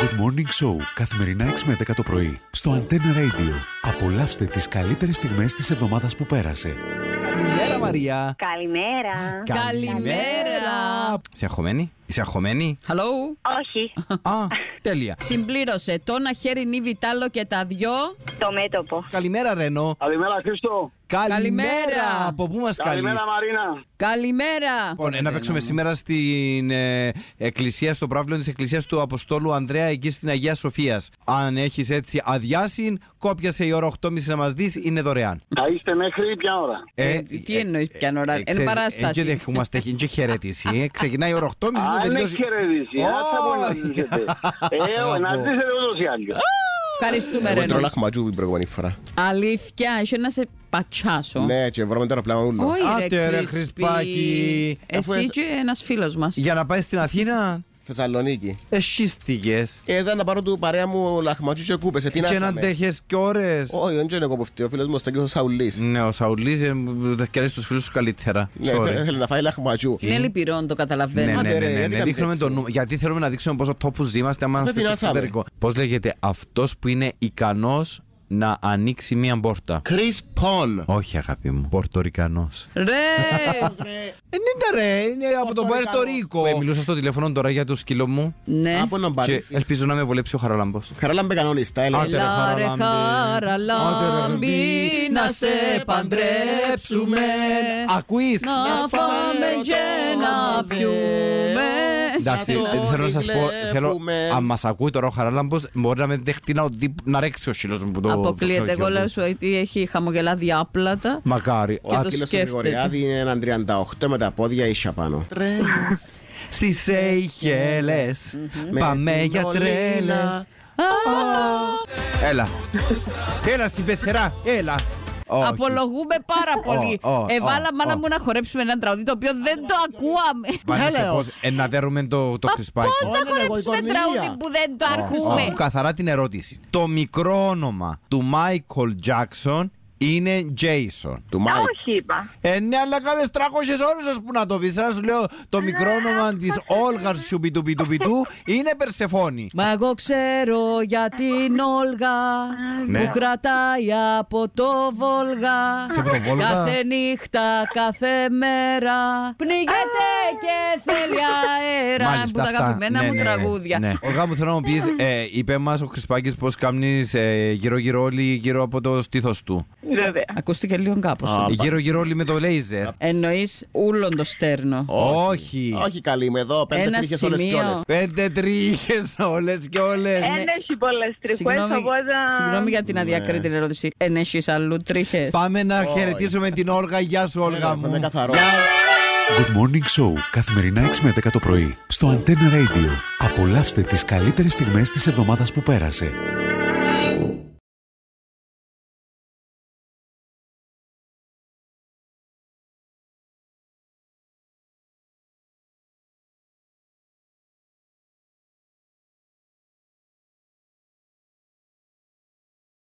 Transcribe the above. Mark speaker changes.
Speaker 1: Good Morning Show, καθημερινά 6 με 10 το πρωί, στο Antenna Radio. Απολαύστε τις καλύτερες στιγμές της εβδομάδας που πέρασε.
Speaker 2: Καλημέρα, Μαρία.
Speaker 3: Καλημέρα.
Speaker 4: Καλημέρα.
Speaker 2: Είσαι αγχωμένη, είσαι αγχωμένη.
Speaker 4: Hello.
Speaker 3: Όχι,
Speaker 2: Α, τέλεια.
Speaker 4: Συμπλήρωσε το να χέρι νύβι τάλο και τα δυο.
Speaker 3: το μέτωπο.
Speaker 2: Καλημέρα, Ρενό.
Speaker 5: Καλημέρα, Χρήστο.
Speaker 4: Καλημέρα.
Speaker 2: Από πού μας καλείς.
Speaker 5: Καλημέρα, Μαρίνα.
Speaker 4: Καλημέρα.
Speaker 2: Λοιπόν, να παίξουμε σήμερα στην ε, εκκλησία, στο πράβλιο της εκκλησίας του Αποστόλου Ανδρέα, εκεί στην Αγία Σοφίας. Αν έχεις έτσι αδειάσει, κόπιασε η ώρα 8.30 να μας δεις, είναι δωρεάν.
Speaker 5: Θα είστε μέχρι ποια ώρα.
Speaker 4: Ε, τι εννοείς πια ώρα, εν
Speaker 2: ξέρεις,
Speaker 4: παράσταση.
Speaker 2: ε, και δεν έχουμε και χαιρετήσει. ε. Ξεκινάει η ώρα 8.30 να
Speaker 5: Αν έχει
Speaker 2: τελειώσει.
Speaker 5: χαιρετήσει, ε,
Speaker 2: Ω,
Speaker 5: άσε από να ζήσετε. Ε, να
Speaker 2: Μπράβο.
Speaker 5: ζήσετε ούτως ή άλλως.
Speaker 4: Ευχαριστούμε,
Speaker 6: Εγώ
Speaker 4: Ρενό.
Speaker 6: τρώλα χματζού την προηγούμενη φορά.
Speaker 4: Αλήθεια, είσαι ε, να σε πατσάσω.
Speaker 6: Ναι, και βρω με το αεροπλάνο ούλο.
Speaker 4: Όχι,
Speaker 2: Άντε, ρε,
Speaker 4: ρε, Χρυσπάκι.
Speaker 2: Χρυσπάκι. Αφού
Speaker 4: Εσύ
Speaker 2: έτ-
Speaker 4: και ένας φίλος μας.
Speaker 2: Για να πάει στην Αθήνα,
Speaker 6: Θεσσαλονίκη.
Speaker 2: εσύστηκες.
Speaker 6: Ε, ήταν να πάρω του παρέα μου λαχματζού και κούπες. ε,
Speaker 2: Και να
Speaker 6: Επίνασαμε.
Speaker 2: αντέχες και ώρες.
Speaker 6: Όχι, ε, δεν ξέρω εγώ που φταίω. Ο φίλος μου ήταν και ο Σαουλής.
Speaker 2: Ναι, ο Σαουλής ε, δεν αρέσει τους φίλους σου καλύτερα.
Speaker 6: Ναι,
Speaker 2: Sorry.
Speaker 6: θέλει να φάει λαχματζού.
Speaker 4: Είναι λυπηρόν, το
Speaker 2: Ναι,
Speaker 4: καταλαβαίνω.
Speaker 2: ναι,
Speaker 6: Άντε,
Speaker 2: ναι,
Speaker 6: ρε,
Speaker 2: ναι,
Speaker 6: γιατί
Speaker 2: ναι.
Speaker 6: κάνετε
Speaker 2: Δείχνουμε
Speaker 6: έτσι.
Speaker 2: το νου. Γιατί θέλουμε να δείξουμε πόσο τόπους είμαστε, άμα
Speaker 6: Δεν
Speaker 2: είμαστε στο
Speaker 6: πεινάσαμε.
Speaker 2: εξωτερικό. Πώς λέγεται αυτός που είναι ικανός να ανοίξει μία πόρτα.
Speaker 6: Chris Paul.
Speaker 2: Όχι, αγάπη μου. Πορτορικανός.
Speaker 4: Ρε!
Speaker 2: Ε, ναι, ρε, είναι από το
Speaker 6: Πορτορικανό.
Speaker 2: Πορτορίκο. Ε, μιλούσα στο τηλέφωνο τώρα για το σκύλο μου
Speaker 4: Ναι.
Speaker 6: Από να
Speaker 2: και
Speaker 6: μπαρίσεις.
Speaker 2: ελπίζω να με βολέψει ο Χαραλάμπος.
Speaker 6: Χαράλαμπε κανονιστά, έλεγε.
Speaker 2: Άντε, ρε,
Speaker 4: Έλα ρε
Speaker 2: χαραλάμπη.
Speaker 4: χαραλάμπη να σε παντρέψουμε
Speaker 2: Ακούει!
Speaker 4: Να φάμε και να πιούμε
Speaker 2: Εντάξει,
Speaker 6: Σαν το
Speaker 2: δεν θέλω να σας πω,
Speaker 6: βλέπουμε.
Speaker 2: θέλω, αν μας ακούει τώρα ο Χαράλαμπος, μπορεί να με δεχτεί να, οδύ- να ρέξει ο σκύλο μου που το το
Speaker 4: Αποκλείεται,
Speaker 2: ξόχιο
Speaker 4: εγώ λέω
Speaker 2: του.
Speaker 4: σου ότι έχει χαμογελά διάπλατα
Speaker 2: Μακάρι.
Speaker 6: Ο
Speaker 4: και το
Speaker 6: Άκυλος του
Speaker 4: σκέφτεται.
Speaker 6: Γρηγοριάδη είναι έναν 38 με τα πόδια ίσια πάνω. Τρέλες.
Speaker 2: Στις Σέιχελες. Πάμε
Speaker 6: Με
Speaker 2: για
Speaker 6: την
Speaker 2: τρέλε.
Speaker 6: Ολίνα.
Speaker 2: Έλα. Έλα στην πεθερά, έλα. Όχι.
Speaker 4: Απολογούμε πάρα πολύ
Speaker 2: Ω, ω,
Speaker 4: Εβάλα
Speaker 2: ω,
Speaker 4: μάνα
Speaker 2: ω.
Speaker 4: μου να χορέψουμε έναν τραγούδι το οποίο δεν το ακούαμε
Speaker 2: Βανίσσα, πώς ε, να δέρουμε το, το
Speaker 4: Πώς
Speaker 2: κρυσπάκι.
Speaker 4: να χορέψουμε τραγούδι που δεν το ακούμε
Speaker 2: Άκου καθαρά την ερώτηση. Το μικρό όνομα του Μάικολ Τζάκσον είναι Jason.
Speaker 6: Του Μάικ.
Speaker 3: Όχι, είπα.
Speaker 2: Ε, ναι, αλλά κάποιες 300 ώρες που να το πεις. Σας λέω το μικρό όνομα της Όλγαρ Σουμπιτουπιτουπιτού είναι Περσεφόνη.
Speaker 4: Μα εγώ ξέρω για την Όλγα
Speaker 2: Ναι.
Speaker 4: που κρατάει από το Βόλγα.
Speaker 2: Σε από το Βόλγα.
Speaker 4: Κάθε νύχτα, κάθε μέρα. Πνίγεται και θέλει αέρα. που τα αγαπημένα
Speaker 2: Ναι,
Speaker 4: μου τραγούδια.
Speaker 2: Οργά μου θέλω να μου πεις, ε, είπε μας ο Χρυσπάκης πως κάνεις ε, γύρω-γύρω όλοι γύρω από το στήθος του.
Speaker 3: Βέβαια.
Speaker 4: Ακούστηκε λίγο κάπως.
Speaker 2: Γύρω-γύρω όλοι με το λέιζερ.
Speaker 4: Εννοείς ούλον το στέρνο.
Speaker 2: Όχι.
Speaker 6: Όχι καλή, είμαι εδώ. Πέντε
Speaker 4: Ένα
Speaker 6: τρίχες όλες και
Speaker 4: σημείο.
Speaker 6: όλες.
Speaker 2: Πέντε τρίχες όλες και όλες.
Speaker 3: Δεν έχει πολλές τριχέ,
Speaker 4: Ε, ναι. Συγγνώμη,
Speaker 3: οπότε.
Speaker 4: συγγνώμη για
Speaker 2: Ναι.
Speaker 4: την αδιακρίτη ερώτηση. Ενέχει αλλού τρίχες.
Speaker 2: Πάμε να χαιρετήσουμε την Όλγα. Γεια σου Όλγα
Speaker 6: Ναι, Είναι
Speaker 2: μου.
Speaker 6: καθαρό.
Speaker 1: Good Morning Show, καθημερινά 6 με 10 το πρωί, στο Antenna Radio. Απολαύστε τις καλύτερες στιγμές της εβδομάδας που πέρασε.